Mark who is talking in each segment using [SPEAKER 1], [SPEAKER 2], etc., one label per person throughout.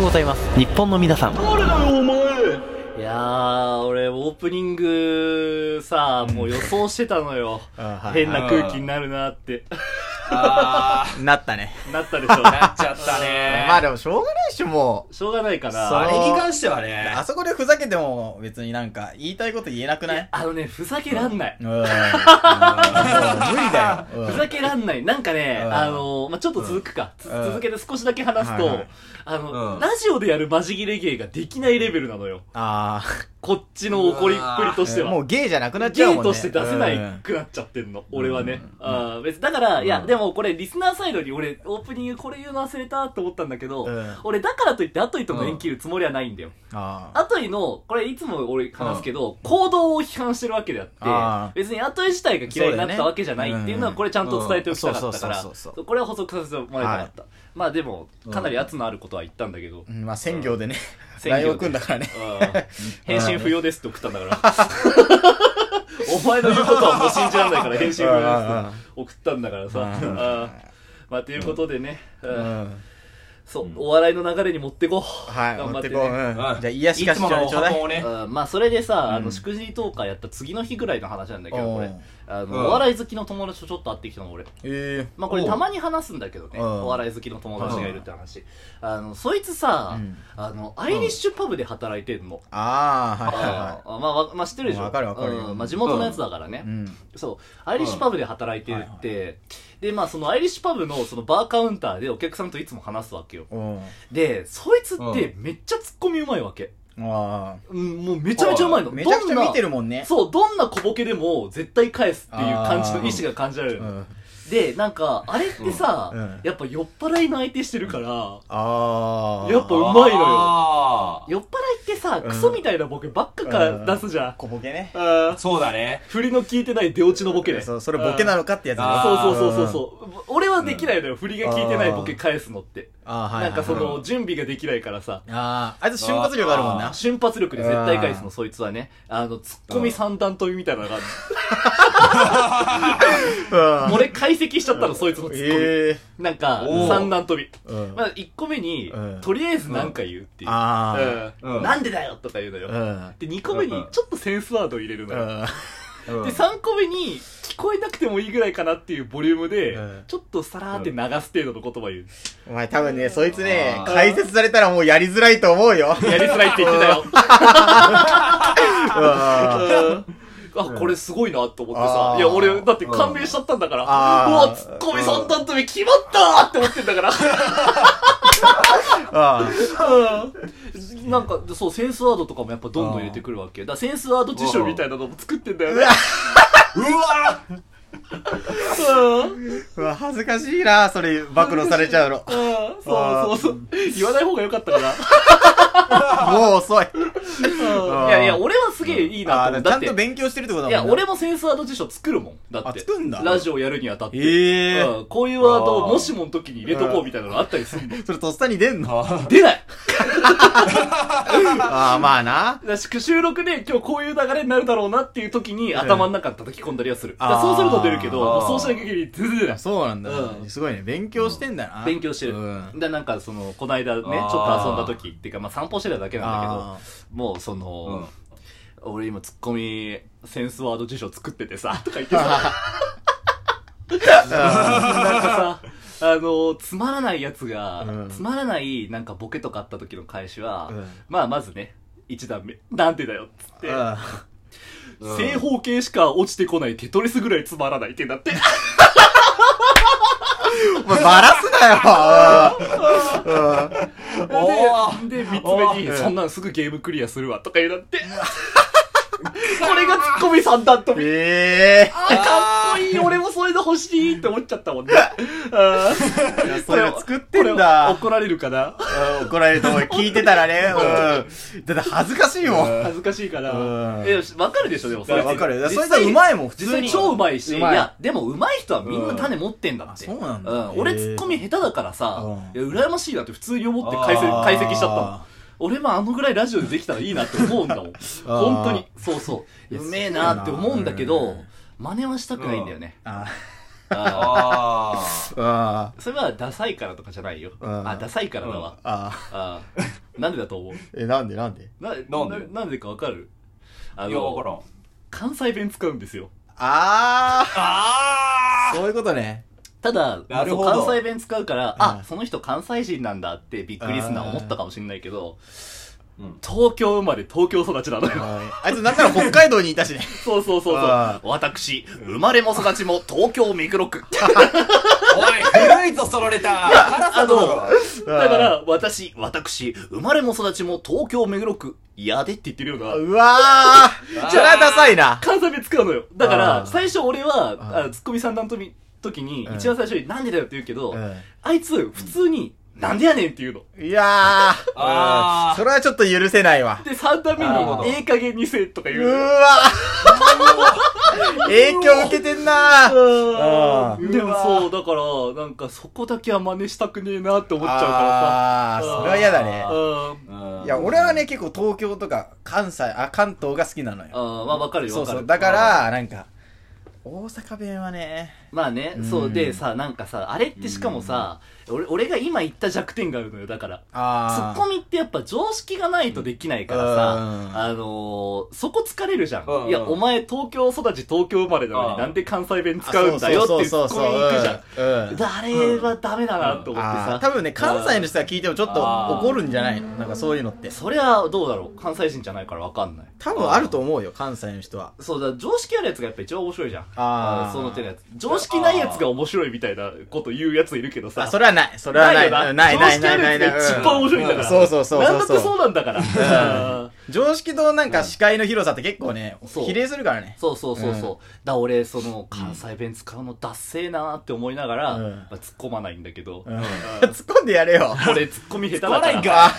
[SPEAKER 1] ございます。日本の皆さん。
[SPEAKER 2] 誰だよお前
[SPEAKER 3] いやー、俺、オープニング、さ、もう予想してたのよ。変な空気になるなって。
[SPEAKER 4] あ
[SPEAKER 1] なったね。
[SPEAKER 3] なったでしょ。
[SPEAKER 4] ー、なっちゃったね。
[SPEAKER 1] まあでもしょうがないっしょ、もう。
[SPEAKER 3] しょうがないか
[SPEAKER 4] あ
[SPEAKER 3] な。
[SPEAKER 4] れに関してはね、
[SPEAKER 1] あそこでふざけても別になんか言いたいこと言えなくない
[SPEAKER 3] あのね、ふざけらんない。
[SPEAKER 1] うん。もう無理だよ。
[SPEAKER 3] ふざけらんない。なんかね、
[SPEAKER 1] うん
[SPEAKER 3] あのー、まあ、ちょっと続くか。つ
[SPEAKER 1] うん
[SPEAKER 3] 続けて少しだけ話す
[SPEAKER 1] はいは
[SPEAKER 3] と
[SPEAKER 1] い、
[SPEAKER 3] あの、
[SPEAKER 4] うん
[SPEAKER 3] ラジオでやるマジギレ芸ができないレベルなのよ。
[SPEAKER 1] あ
[SPEAKER 3] こっちの怒りっぷりとして
[SPEAKER 1] あ、
[SPEAKER 3] は。
[SPEAKER 1] もうゲイじゃなくなっち
[SPEAKER 3] ゲ
[SPEAKER 1] ゃう
[SPEAKER 3] ー
[SPEAKER 1] もんね。
[SPEAKER 3] として出せな
[SPEAKER 1] う
[SPEAKER 3] い
[SPEAKER 1] ん
[SPEAKER 3] くなっちゃってんの、俺はね。ああ別にだから、いや、でもこれ、リスナーサイドに俺、オープニングこれ言うの忘れたと思ったんだけど、
[SPEAKER 1] うん
[SPEAKER 3] 俺、だからといって、アトイとの縁切るつもりはないんだよ。
[SPEAKER 1] ああ
[SPEAKER 3] アトイの、これ、いつも俺話すけど、行動を批判してるわけであ
[SPEAKER 1] あ
[SPEAKER 3] っ
[SPEAKER 1] あ
[SPEAKER 3] て、別にアトイ自体が嫌いになっ
[SPEAKER 1] そうだ
[SPEAKER 3] た
[SPEAKER 1] よね
[SPEAKER 3] わけじゃないっていうのは、
[SPEAKER 1] うん
[SPEAKER 3] これちゃんと伝えておきたかったか
[SPEAKER 1] うん
[SPEAKER 3] ら
[SPEAKER 1] そうそうそうそ、
[SPEAKER 3] これは補足させてもらいたかった。まあ、でも、かなり圧のあることは言ったんだけど、
[SPEAKER 1] うんまあ、専業でね、
[SPEAKER 3] 専業
[SPEAKER 1] ラ
[SPEAKER 3] で
[SPEAKER 1] イオン組んだからね。
[SPEAKER 3] 返信不要ですと送ったんだ から。お前の言うことはもう信じられないから返信不要ですと送ったんだからさ。
[SPEAKER 1] うん
[SPEAKER 3] あーまあ、ということでね、
[SPEAKER 1] う
[SPEAKER 3] うん
[SPEAKER 1] ん。
[SPEAKER 3] そう、お笑いの流れに持ってこう。
[SPEAKER 1] はい、
[SPEAKER 3] 頑
[SPEAKER 1] 持
[SPEAKER 3] 張
[SPEAKER 1] っ
[SPEAKER 3] ってて
[SPEAKER 1] こう。うん
[SPEAKER 3] ね。
[SPEAKER 1] じゃあ、癒し
[SPEAKER 4] い
[SPEAKER 1] か
[SPEAKER 4] つ
[SPEAKER 1] しちょ
[SPEAKER 4] もの
[SPEAKER 1] うちょうだ
[SPEAKER 4] 箱
[SPEAKER 1] い。
[SPEAKER 4] をね、
[SPEAKER 3] うんまあ、それでさ、あ
[SPEAKER 1] う
[SPEAKER 3] の、
[SPEAKER 1] ん
[SPEAKER 3] 祝辞投下やった次の日ぐらいの話なんだけど、こ
[SPEAKER 1] お
[SPEAKER 3] れ
[SPEAKER 1] う。
[SPEAKER 3] あ
[SPEAKER 4] うん
[SPEAKER 3] の、お笑い好きの友達とちょっと会ってきたの、俺。
[SPEAKER 1] ええ。
[SPEAKER 3] まあこれ
[SPEAKER 4] おう
[SPEAKER 3] たまに話すんだけどね、
[SPEAKER 1] うん
[SPEAKER 3] お笑い好きの友達がいるって話。あの、そいつさ、
[SPEAKER 1] うん
[SPEAKER 3] あの、アイリッシュパブで働いてんの。
[SPEAKER 1] ああ、はいはいは
[SPEAKER 3] あーまあ、わまあ、知ってるでしょ。
[SPEAKER 1] わかるわかる
[SPEAKER 3] うんまあ、地元のやつだからね
[SPEAKER 1] い。う。ん。
[SPEAKER 3] そう。アイリッシュパブで働いてるって、で、まあ、そのアイリッシュパブのそのバーカウンターでお客さんといつも話すわけよ。
[SPEAKER 1] うん。
[SPEAKER 3] で、そいつってめっちゃツッコミうまいわけ。
[SPEAKER 1] あ
[SPEAKER 3] うん、もうめちゃめちゃうまい
[SPEAKER 1] あ。
[SPEAKER 3] の。
[SPEAKER 1] めちゃくちゃ見て
[SPEAKER 3] る
[SPEAKER 1] るもんね。
[SPEAKER 3] そう、どんな小ボケでも絶対返すっていう感じの意志が感じられる
[SPEAKER 1] う
[SPEAKER 3] の。
[SPEAKER 1] ん。
[SPEAKER 3] で、なんか、あれってさ、
[SPEAKER 1] うんうん
[SPEAKER 3] やっぱ酔っ払いの相手してるから、
[SPEAKER 1] ああ。
[SPEAKER 3] やっぱうまいのよ。
[SPEAKER 4] あー
[SPEAKER 3] 酔っ払いってさ、
[SPEAKER 1] うん
[SPEAKER 3] クソみたいなボケばっかから出すじゃん。
[SPEAKER 1] 小ボケね。
[SPEAKER 3] あー
[SPEAKER 4] そうだね。
[SPEAKER 3] 振りの効いてない出落ちのボケね。
[SPEAKER 1] そう、それボケな
[SPEAKER 3] の
[SPEAKER 1] のかってやつね
[SPEAKER 4] あー
[SPEAKER 3] そうそうそうそうそう。俺はできないのよ、振りが効いてないボケ返すのって。
[SPEAKER 1] ああ、
[SPEAKER 3] な
[SPEAKER 1] はいは
[SPEAKER 3] ん
[SPEAKER 1] い。
[SPEAKER 3] かその、、準備ができないからさ。
[SPEAKER 1] ああ、あいつ瞬発力あるもんな。
[SPEAKER 3] 瞬発力で絶対返す
[SPEAKER 1] う
[SPEAKER 3] の、
[SPEAKER 1] ん
[SPEAKER 3] そいつはね。あの、ツッコミ三段飛びみたいなのがある、
[SPEAKER 1] うん
[SPEAKER 3] 俺解析しちゃったの、そいつのツッコ
[SPEAKER 1] ええ。
[SPEAKER 3] ミ。なんか
[SPEAKER 4] お、う
[SPEAKER 3] 三段飛び。
[SPEAKER 1] うん
[SPEAKER 3] まあ、1個目に
[SPEAKER 1] うん、
[SPEAKER 3] とりあえず何か言うっていう。
[SPEAKER 1] あ
[SPEAKER 3] うん
[SPEAKER 4] うん
[SPEAKER 3] なんでだよとか言うの
[SPEAKER 1] あ。
[SPEAKER 3] よ。
[SPEAKER 1] うん。
[SPEAKER 3] で、2個目に、ちょっとセンスワードを入れるのよ。
[SPEAKER 4] うん
[SPEAKER 3] で、3個目に、聞こえなくてもいいぐらいかなっていうボリュームで
[SPEAKER 1] うん、
[SPEAKER 3] ちょっとさらーって流す程度の言葉言う。
[SPEAKER 1] お前多分ね、そいつね、
[SPEAKER 4] あー
[SPEAKER 1] 解説されたらもうやりづらいと思うよ。
[SPEAKER 3] やりづらいって言ってたよ。
[SPEAKER 1] あ
[SPEAKER 3] あ、これすごいなと思って
[SPEAKER 1] あ
[SPEAKER 3] さ。
[SPEAKER 1] ー
[SPEAKER 3] いや、俺、だって感銘しちゃったんだから。う
[SPEAKER 1] あー
[SPEAKER 3] わ、ツッコミ三段跳び決まったーって思ってんだから。
[SPEAKER 1] あ。
[SPEAKER 3] うんなんか、そう、センスワードとかもやっぱどんどん入れてくるわけ。だからセンスワード辞書みたいなのも作ってんだよね。
[SPEAKER 4] うわー
[SPEAKER 3] うん。
[SPEAKER 1] うわ、恥ずかしいな、それ、暴露されちゃうの。
[SPEAKER 3] うんそうそうそう。言わない方がよかったかな。
[SPEAKER 1] もう遅い。
[SPEAKER 3] うんいやいや、俺はすげえいいな
[SPEAKER 1] あ
[SPEAKER 3] と
[SPEAKER 1] ー
[SPEAKER 3] 思
[SPEAKER 1] だ
[SPEAKER 3] う。
[SPEAKER 1] からち
[SPEAKER 3] だっ
[SPEAKER 1] ゃんと
[SPEAKER 3] て、
[SPEAKER 1] 勉強してるってこと
[SPEAKER 3] い
[SPEAKER 1] だ
[SPEAKER 3] や、
[SPEAKER 1] もん
[SPEAKER 3] 俺もセンスワード辞書作るもん。だっ
[SPEAKER 1] あ
[SPEAKER 3] て。
[SPEAKER 1] 作んだ
[SPEAKER 3] ラジオやるにあたって。
[SPEAKER 1] ええ
[SPEAKER 3] うんこういうワードをもしもの時に入れとこうみたいなのあったりするの。
[SPEAKER 1] それとっさに出んの
[SPEAKER 4] あ
[SPEAKER 3] 出ない
[SPEAKER 1] ああ、まあな。
[SPEAKER 3] だし収録で今日こういう流れになるだろうなっていう時に頭の中に叩き込んだりはする。だからそうすると出るけど、
[SPEAKER 4] あー
[SPEAKER 3] もうそうしない限り全然出ない。
[SPEAKER 1] そうなんだ
[SPEAKER 3] う。ん
[SPEAKER 1] すごいね。勉強してんだな。
[SPEAKER 3] 勉強してる。
[SPEAKER 1] うん
[SPEAKER 3] で、なんかその、この間ね、ちょっと遊んだ時っていうか、まあ散歩してただけなんだ
[SPEAKER 1] あ
[SPEAKER 3] けど、もうそ
[SPEAKER 4] うん
[SPEAKER 3] の、俺今ツッコミセンスワード辞書作ってて さ、とか言ってさ、なんかさ、あの、つまらないやつが、
[SPEAKER 1] うん
[SPEAKER 3] つまらないなんかボケとかあった時の返しは、
[SPEAKER 1] うん
[SPEAKER 3] まあまずね、一段目、なんてだよ、つって。
[SPEAKER 1] あ
[SPEAKER 4] うん
[SPEAKER 3] 正方形しか落ちてこないテトリスぐらいつまらないってなって。
[SPEAKER 1] ーお前バラすなよ。うん
[SPEAKER 4] おー
[SPEAKER 3] で、三つ目に、
[SPEAKER 1] う ん
[SPEAKER 3] そんなんすぐゲームクリアするわとか言うな って。これがツッコミ三段飛び。
[SPEAKER 1] ええ。
[SPEAKER 3] あーかっこいい俺もそれで欲しいって思っちゃったもんね。あー
[SPEAKER 1] いやそれ作ってんだ
[SPEAKER 3] これ怒られるかな
[SPEAKER 1] うん怒られると思う。 聞いてたらね。うん。だって恥ずかしいもん。
[SPEAKER 3] 恥ずかしいか
[SPEAKER 1] う
[SPEAKER 3] な。
[SPEAKER 1] ん
[SPEAKER 3] え、わかるでしょ、でもそれ。
[SPEAKER 1] わかる。
[SPEAKER 3] 実
[SPEAKER 1] それ
[SPEAKER 3] 際
[SPEAKER 1] じゃうまいもん、普
[SPEAKER 3] 実
[SPEAKER 1] 通
[SPEAKER 3] 際
[SPEAKER 1] に。
[SPEAKER 3] 超うまいし、
[SPEAKER 1] う
[SPEAKER 3] い
[SPEAKER 1] まい
[SPEAKER 3] や、でもうまい人はみんな種持ってんだって。
[SPEAKER 1] うんあそうなんだ
[SPEAKER 3] 俺
[SPEAKER 1] へー
[SPEAKER 3] ツッコミ下手だからさ、
[SPEAKER 1] う
[SPEAKER 3] いや、羨ましいなって普通に思って解析
[SPEAKER 4] あー
[SPEAKER 3] 解析しちゃったの。俺もあのぐらいラジオでできたらいいなって思うん だもん。本当に。そうそう。うめえなって思うんだけ
[SPEAKER 1] そう
[SPEAKER 3] ど
[SPEAKER 1] だな、
[SPEAKER 3] 真似はしたくないんだよね。
[SPEAKER 1] あ
[SPEAKER 3] あ
[SPEAKER 4] ああ。
[SPEAKER 1] あ
[SPEAKER 3] ーそれはダサいからとかじゃないよ。
[SPEAKER 1] うん
[SPEAKER 3] あ、ダサいからだわ
[SPEAKER 1] あ。。あ
[SPEAKER 3] あーなんでだと思う
[SPEAKER 1] ーえ、なんでなんで
[SPEAKER 3] な、
[SPEAKER 4] なんで
[SPEAKER 3] ななんでかわかるあ
[SPEAKER 4] いや、わからん。
[SPEAKER 3] 関西弁使うんですよ。
[SPEAKER 1] あ
[SPEAKER 4] あ
[SPEAKER 1] あそういうことね。
[SPEAKER 3] ただ、
[SPEAKER 4] なるほど
[SPEAKER 3] 関西弁使うから、
[SPEAKER 1] う
[SPEAKER 3] あ
[SPEAKER 1] ん、
[SPEAKER 3] その人関西人なんだってびっくりするのは思ったかもしれないけど、
[SPEAKER 4] うん
[SPEAKER 3] 東京生まれ東京育ちなのよ。
[SPEAKER 1] ああいつなんなら北海道にいたしね。
[SPEAKER 3] そうそうそうそう
[SPEAKER 1] あ。
[SPEAKER 3] 私、生まれも育ちも東京目黒区。
[SPEAKER 4] おい、古いぞ、そられた辛さどうだろ
[SPEAKER 3] だから、私、私、生まれも育ちも東京目黒区、やでって言ってるような、
[SPEAKER 1] あー、うわーそれはダサいな。
[SPEAKER 3] 関西弁使うのよ。だか
[SPEAKER 1] あ
[SPEAKER 3] ら、
[SPEAKER 1] ー
[SPEAKER 3] 最初俺は、
[SPEAKER 1] ん
[SPEAKER 3] あツッコミ三段跳び時に、
[SPEAKER 1] うん
[SPEAKER 3] 一番最初になんでだよって言うけど、
[SPEAKER 1] う
[SPEAKER 3] あいつ、普通に、なんでやねんって言うの。
[SPEAKER 1] ん。いやー
[SPEAKER 4] あー
[SPEAKER 1] うんそれはちょっと許せないわ。
[SPEAKER 3] で、三段目
[SPEAKER 4] なるほど
[SPEAKER 3] に、ええ加減にせとか言
[SPEAKER 1] う
[SPEAKER 3] うのよ
[SPEAKER 1] わー 影響受けてんなー
[SPEAKER 3] あ
[SPEAKER 1] あ
[SPEAKER 3] ー
[SPEAKER 4] ー
[SPEAKER 3] で
[SPEAKER 4] う
[SPEAKER 3] も
[SPEAKER 4] わ
[SPEAKER 3] そう、だから、なんかそこだけは真似したくねえなって思っちゃうか
[SPEAKER 1] あー、それは嫌だね
[SPEAKER 3] らさ。
[SPEAKER 4] あ。
[SPEAKER 3] うん。
[SPEAKER 4] う。
[SPEAKER 1] いや、俺はね、結構東京とか関西、あ、関東が好きなのよ。
[SPEAKER 3] あーまあわかるよ、
[SPEAKER 1] そ
[SPEAKER 3] わ
[SPEAKER 1] う
[SPEAKER 3] か
[SPEAKER 1] そ
[SPEAKER 3] る
[SPEAKER 1] う。。だから、なんか、大阪弁はね、
[SPEAKER 3] まあね
[SPEAKER 1] う、ん
[SPEAKER 3] そうでさ、なんかさ、あれってしかもさ、俺俺が今言った弱点があるのよ、だから。ツ
[SPEAKER 1] あ
[SPEAKER 3] ッコミってやっぱ常識がないとできないから
[SPEAKER 1] う
[SPEAKER 3] さ、
[SPEAKER 1] ん
[SPEAKER 3] あのー、そこ疲れるじゃ
[SPEAKER 4] うん
[SPEAKER 3] ん。いや、お前東京育ち東京生まれなの
[SPEAKER 4] うん
[SPEAKER 3] になんで関西弁使うんだよっていうツッコミ行くじゃん。
[SPEAKER 1] ん。うん。
[SPEAKER 3] だあれはダメだなと思って
[SPEAKER 1] あー
[SPEAKER 3] さ。
[SPEAKER 1] 多分ね、関西の人が聞いてもちょっと怒るんじゃないのなんかそういうのって。
[SPEAKER 3] それはどうだろう関西人じゃないからわかんない。
[SPEAKER 1] 多分あると思うよ、関西の人は。
[SPEAKER 3] そうだ、常識あるやつがやっぱ一番面白いじゃん。
[SPEAKER 1] あー
[SPEAKER 3] その手のやつ。常識ないやつが面白いみたいなこと言うやついるけどさ。
[SPEAKER 1] あ、それはない。それはない。
[SPEAKER 3] よ
[SPEAKER 1] うんないないないないない。
[SPEAKER 3] 常識あるやつが一番面白いんだか
[SPEAKER 1] うん
[SPEAKER 3] ら。
[SPEAKER 1] そうそうそう
[SPEAKER 3] なんだ
[SPEAKER 1] そ
[SPEAKER 3] っ
[SPEAKER 1] う
[SPEAKER 3] て
[SPEAKER 1] そ。
[SPEAKER 3] そううなんだから。
[SPEAKER 1] 常識となんか視界の広さって結構ね、
[SPEAKER 3] そう
[SPEAKER 1] 比例するからね。
[SPEAKER 3] そうそうそうそう。
[SPEAKER 1] うん
[SPEAKER 3] だから俺、その、関西弁使うのダッセーなーって思いながら、
[SPEAKER 1] うん
[SPEAKER 3] まあ、突っ込まないんだけど、
[SPEAKER 1] うん 突っ込んでやれよ。
[SPEAKER 3] 俺、突っ込み下手だ
[SPEAKER 4] 来
[SPEAKER 3] か
[SPEAKER 4] ないん
[SPEAKER 3] ら。
[SPEAKER 4] か。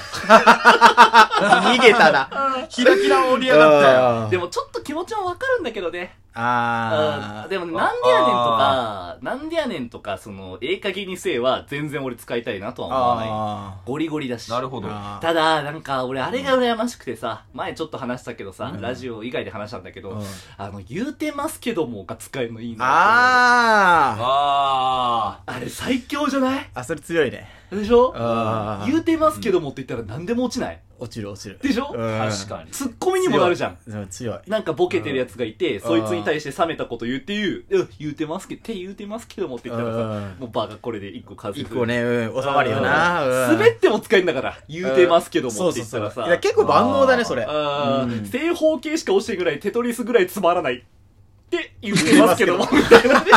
[SPEAKER 1] 逃げ たな。
[SPEAKER 4] キラキラ盛り上がったよ。
[SPEAKER 3] でもちょっと気持ちもわかるんだけどね。
[SPEAKER 1] あ
[SPEAKER 3] う
[SPEAKER 1] ー
[SPEAKER 3] んでもね、なんでやねんとか、なんでやねんとか、その、ええ加減にせえは全然俺使いたいなとは思わない。
[SPEAKER 1] あ
[SPEAKER 3] ゴリゴリだし。
[SPEAKER 4] なるほど。
[SPEAKER 1] あー
[SPEAKER 3] ただ、なんか、俺、あれが羨ましくてさ、前ちょっと話したけどさ、ラジオ以外で話したんだけど、
[SPEAKER 1] うん
[SPEAKER 3] あの、言うてますけどもが使えるのいいなあ
[SPEAKER 1] あー
[SPEAKER 4] あ
[SPEAKER 3] あれ最強じゃない
[SPEAKER 1] あ、それ強いね。
[SPEAKER 3] でしょ
[SPEAKER 1] あー
[SPEAKER 3] 言うてますけどもって言ったら何でも落ちない。
[SPEAKER 1] 落ちる落ちる。
[SPEAKER 3] でしょ
[SPEAKER 1] うん
[SPEAKER 4] あ。確かに。
[SPEAKER 3] ツッコミにもなるじゃん。
[SPEAKER 1] でも強い。
[SPEAKER 3] なんかボケてるやつがいて、そいつに対して冷めたこと言うっていう、うん言うてますけど、手言うてますけどもって言ったらさ
[SPEAKER 1] う、ん
[SPEAKER 3] もうバカこれで一個数え
[SPEAKER 1] 一
[SPEAKER 3] る
[SPEAKER 1] 個ね、うん、収まるよな。
[SPEAKER 3] う
[SPEAKER 1] うんん
[SPEAKER 3] 滑っても使えんだから、言うてますけどもって言ったら
[SPEAKER 1] そうそうそう
[SPEAKER 3] さ
[SPEAKER 1] いや、結構万能だね、それ。
[SPEAKER 3] あ
[SPEAKER 1] う
[SPEAKER 3] ー
[SPEAKER 1] ん
[SPEAKER 3] 正方形しか落ちてぐらい、テトリスぐらいつまらない。って言ってますけども、みたいなね。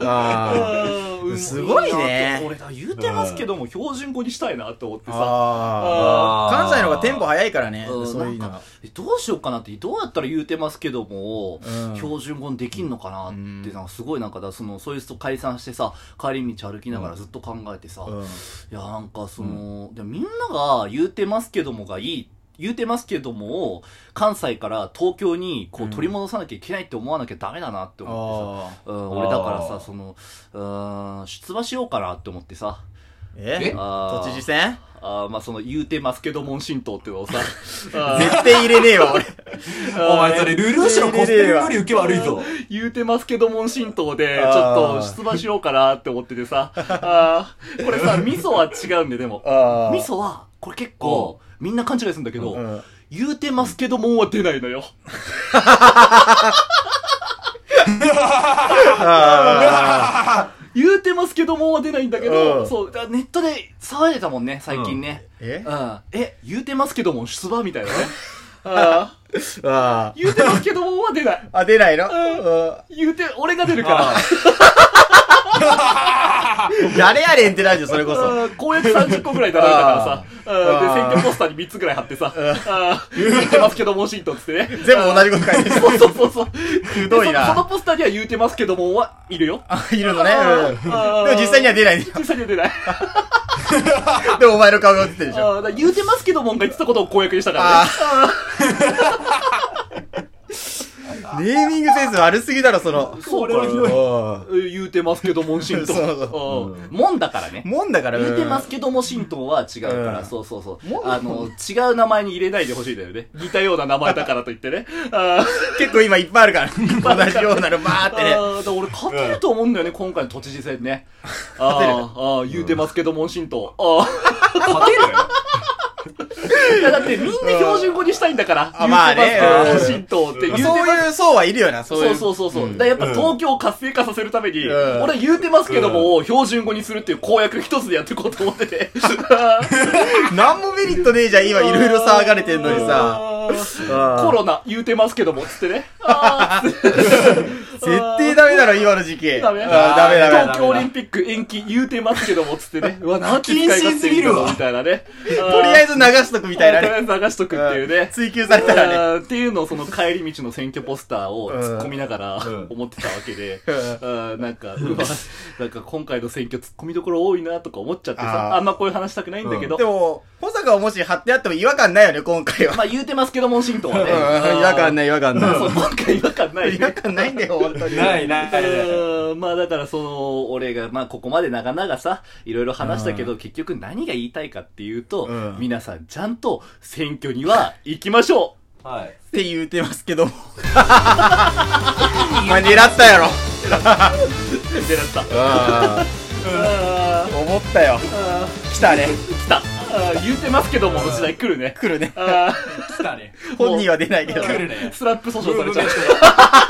[SPEAKER 1] あ
[SPEAKER 3] うん
[SPEAKER 1] すごいね
[SPEAKER 3] 俺だ、言うてますけども、標準語にしたいなと思って
[SPEAKER 1] ー
[SPEAKER 3] さ。
[SPEAKER 1] あー
[SPEAKER 4] あー
[SPEAKER 1] 関西の方がテンポ早いからね、
[SPEAKER 3] うん
[SPEAKER 1] そういうの
[SPEAKER 3] なん
[SPEAKER 1] が
[SPEAKER 3] か。どうしようかなって、どうやったら言うてますけども、
[SPEAKER 1] うん
[SPEAKER 3] 標準語にできんのかなって、
[SPEAKER 1] うん
[SPEAKER 3] なんかすごいなんかだ、その、そいつと解散してさ、帰り道歩きながらずっと考えてさ、
[SPEAKER 1] うん
[SPEAKER 3] いや、なんかその、でもみんなが言うてますけどもがいい、言うてますけどもを、関西から東京にこう取り戻さなきゃいけないって思わなきゃダメだなって思ってさ、
[SPEAKER 1] あ
[SPEAKER 3] うん、俺だから
[SPEAKER 4] あ
[SPEAKER 3] さ、
[SPEAKER 4] ー
[SPEAKER 3] その、うん、出馬しようかなって思ってさ、
[SPEAKER 1] ーえ
[SPEAKER 4] え
[SPEAKER 3] あー
[SPEAKER 1] 都知事選
[SPEAKER 3] あーまあその言うてますけどもん神道っていうのを さ、あー
[SPEAKER 1] 絶対入れねえわ、俺。
[SPEAKER 4] お前それ、ルルーシュのコスプレより受け悪いぞ。
[SPEAKER 3] 言うてますけどもん神道で、ちょっ
[SPEAKER 1] あ
[SPEAKER 3] と
[SPEAKER 1] ー
[SPEAKER 3] 出馬しようかなって思っててさ、あーこれさ、味噌は違うんででも、
[SPEAKER 1] あ
[SPEAKER 3] 味噌は、これ結構、みんな勘違いするんだけど、
[SPEAKER 1] うん
[SPEAKER 3] 言うてますけどもんは出ないのよ。
[SPEAKER 1] あ
[SPEAKER 3] 言うてますけどもんは出ないんだけ
[SPEAKER 1] う
[SPEAKER 3] ど、
[SPEAKER 1] ん
[SPEAKER 3] そう、だネットで騒いでたもんね、最近ね。
[SPEAKER 1] ーえ
[SPEAKER 3] うん。え、言うてますけどもん出馬みたいなね。あー
[SPEAKER 1] あー
[SPEAKER 3] 言うてますけどもんは出ない。
[SPEAKER 1] あ、出ないの
[SPEAKER 3] 言うて、俺が出るから。
[SPEAKER 1] うん誰やねんってラジオ、それこそ。
[SPEAKER 3] あー公約30個ぐらいだな、だからさ。あーで、選
[SPEAKER 1] あー
[SPEAKER 3] 挙ポスターに3つぐらい貼ってさ、あー言うてますけども、シートっつってね。
[SPEAKER 1] 全部同じこと書いてる。
[SPEAKER 3] そうそうそうそう。
[SPEAKER 1] ひどい
[SPEAKER 3] でそのその
[SPEAKER 1] な。
[SPEAKER 3] ポスターには言うてますけども、はいるよ。
[SPEAKER 1] あいるのね。うんで
[SPEAKER 3] あー
[SPEAKER 1] も実際には出ないね。
[SPEAKER 3] 実際には出ない。
[SPEAKER 1] でもお前の顔が映ってるでしょ。
[SPEAKER 3] あーだから言うてますけどもが言ってたことを公約にしたからね
[SPEAKER 1] あ。
[SPEAKER 3] あ
[SPEAKER 1] ネーミングセンス悪すぎだろ、その。
[SPEAKER 3] そう
[SPEAKER 4] これはひど
[SPEAKER 1] う
[SPEAKER 4] い
[SPEAKER 1] ん
[SPEAKER 3] え言うてますけどもん神道。
[SPEAKER 1] そう
[SPEAKER 3] うんもんだからね。
[SPEAKER 1] もんだから、
[SPEAKER 3] 言うてますけども神道は違うから、
[SPEAKER 1] うん
[SPEAKER 3] そうそうそう。
[SPEAKER 1] もん
[SPEAKER 3] あの、違う名前に入れないでほしいんだよね。似たような名前だからといってね。あ
[SPEAKER 1] うん結構今いっぱいあるから。同じようなのバー
[SPEAKER 3] ー
[SPEAKER 1] ってね。
[SPEAKER 3] あーだから俺勝てると思うんだよね、今回の都知事選 ね。あ
[SPEAKER 1] てる
[SPEAKER 3] ーあー、言うてますけどもん神道。あ
[SPEAKER 4] 勝てる
[SPEAKER 3] ー いやだってみんな標準語にしたいんだから。
[SPEAKER 1] あまあ
[SPEAKER 3] 言
[SPEAKER 1] ね
[SPEAKER 3] うてますけども神道って言うてます
[SPEAKER 1] そういう層はいるよな、そう
[SPEAKER 3] そ
[SPEAKER 1] いうう。
[SPEAKER 3] そうそうそう。
[SPEAKER 1] ん
[SPEAKER 3] だからやっぱ東京を活性化させるために、
[SPEAKER 1] うん
[SPEAKER 3] 俺言うてますけども、標準語にするっていう公約一つでやっていこうと思って て。
[SPEAKER 1] なんもメリットねえじゃん、今いろいろ騒がれてんのに
[SPEAKER 3] あ
[SPEAKER 1] さ。
[SPEAKER 3] ーコ
[SPEAKER 1] コ
[SPEAKER 3] ロナ言うてますけども、つってね。あーつって
[SPEAKER 1] 絶対ダメだろ、今の時期。
[SPEAKER 3] ダメ
[SPEAKER 1] うんダメダメ。
[SPEAKER 3] 東京オリンピック延期言うてますけども、つって ね。うわ、なんて使い
[SPEAKER 4] 謹
[SPEAKER 3] 勝
[SPEAKER 4] 慎
[SPEAKER 3] 手
[SPEAKER 4] す
[SPEAKER 3] いい
[SPEAKER 4] ぎ
[SPEAKER 3] んだ
[SPEAKER 4] る
[SPEAKER 3] ろう
[SPEAKER 4] わ
[SPEAKER 3] みたいなね。み
[SPEAKER 1] とりあえず流しとくみたいな
[SPEAKER 3] とりあ
[SPEAKER 1] ね。
[SPEAKER 3] えず流しとくっていうね。
[SPEAKER 1] 追求されたらね。
[SPEAKER 3] あーっていうのをその帰り道の選挙ポスターを突っ込みながら
[SPEAKER 4] うん
[SPEAKER 3] 思ってたわけで、
[SPEAKER 1] うん
[SPEAKER 3] あーなん か、うわ、なんか今回の選挙突っ込みどころ多いなとか思っちゃってさ、
[SPEAKER 1] あー
[SPEAKER 3] あんまこういう話したくないんだけど
[SPEAKER 1] で、も、保坂をもし貼ってあっても違和感ないよね、今回は。
[SPEAKER 3] まあ言うてますけども、神道はね。。
[SPEAKER 1] うん違和感ないい、違和感な
[SPEAKER 3] そう、今回違和感ない
[SPEAKER 1] い。
[SPEAKER 3] ね。
[SPEAKER 1] 違和感ないんだよ、本当に。
[SPEAKER 4] ないないない。
[SPEAKER 3] うんまあだからその、俺が、まあここまで長々さ、いろいろ話したけど、結局何が言いたいかっていうと、
[SPEAKER 1] うん
[SPEAKER 3] 皆さんちゃんと選挙には行きましょ
[SPEAKER 4] はい。
[SPEAKER 1] って言うてますけども。 お前狙ったやろ。
[SPEAKER 3] うってなった。あー
[SPEAKER 1] 思ったよ。
[SPEAKER 3] あ
[SPEAKER 1] 来たね。
[SPEAKER 3] ー来た。あー言うてますけども、の時代来るね。
[SPEAKER 1] 来るね。
[SPEAKER 3] あ
[SPEAKER 4] 来たね。
[SPEAKER 1] 本人は出ないけど。
[SPEAKER 4] 来るね
[SPEAKER 3] ー。スラップ訴訟されち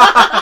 [SPEAKER 3] ゃう。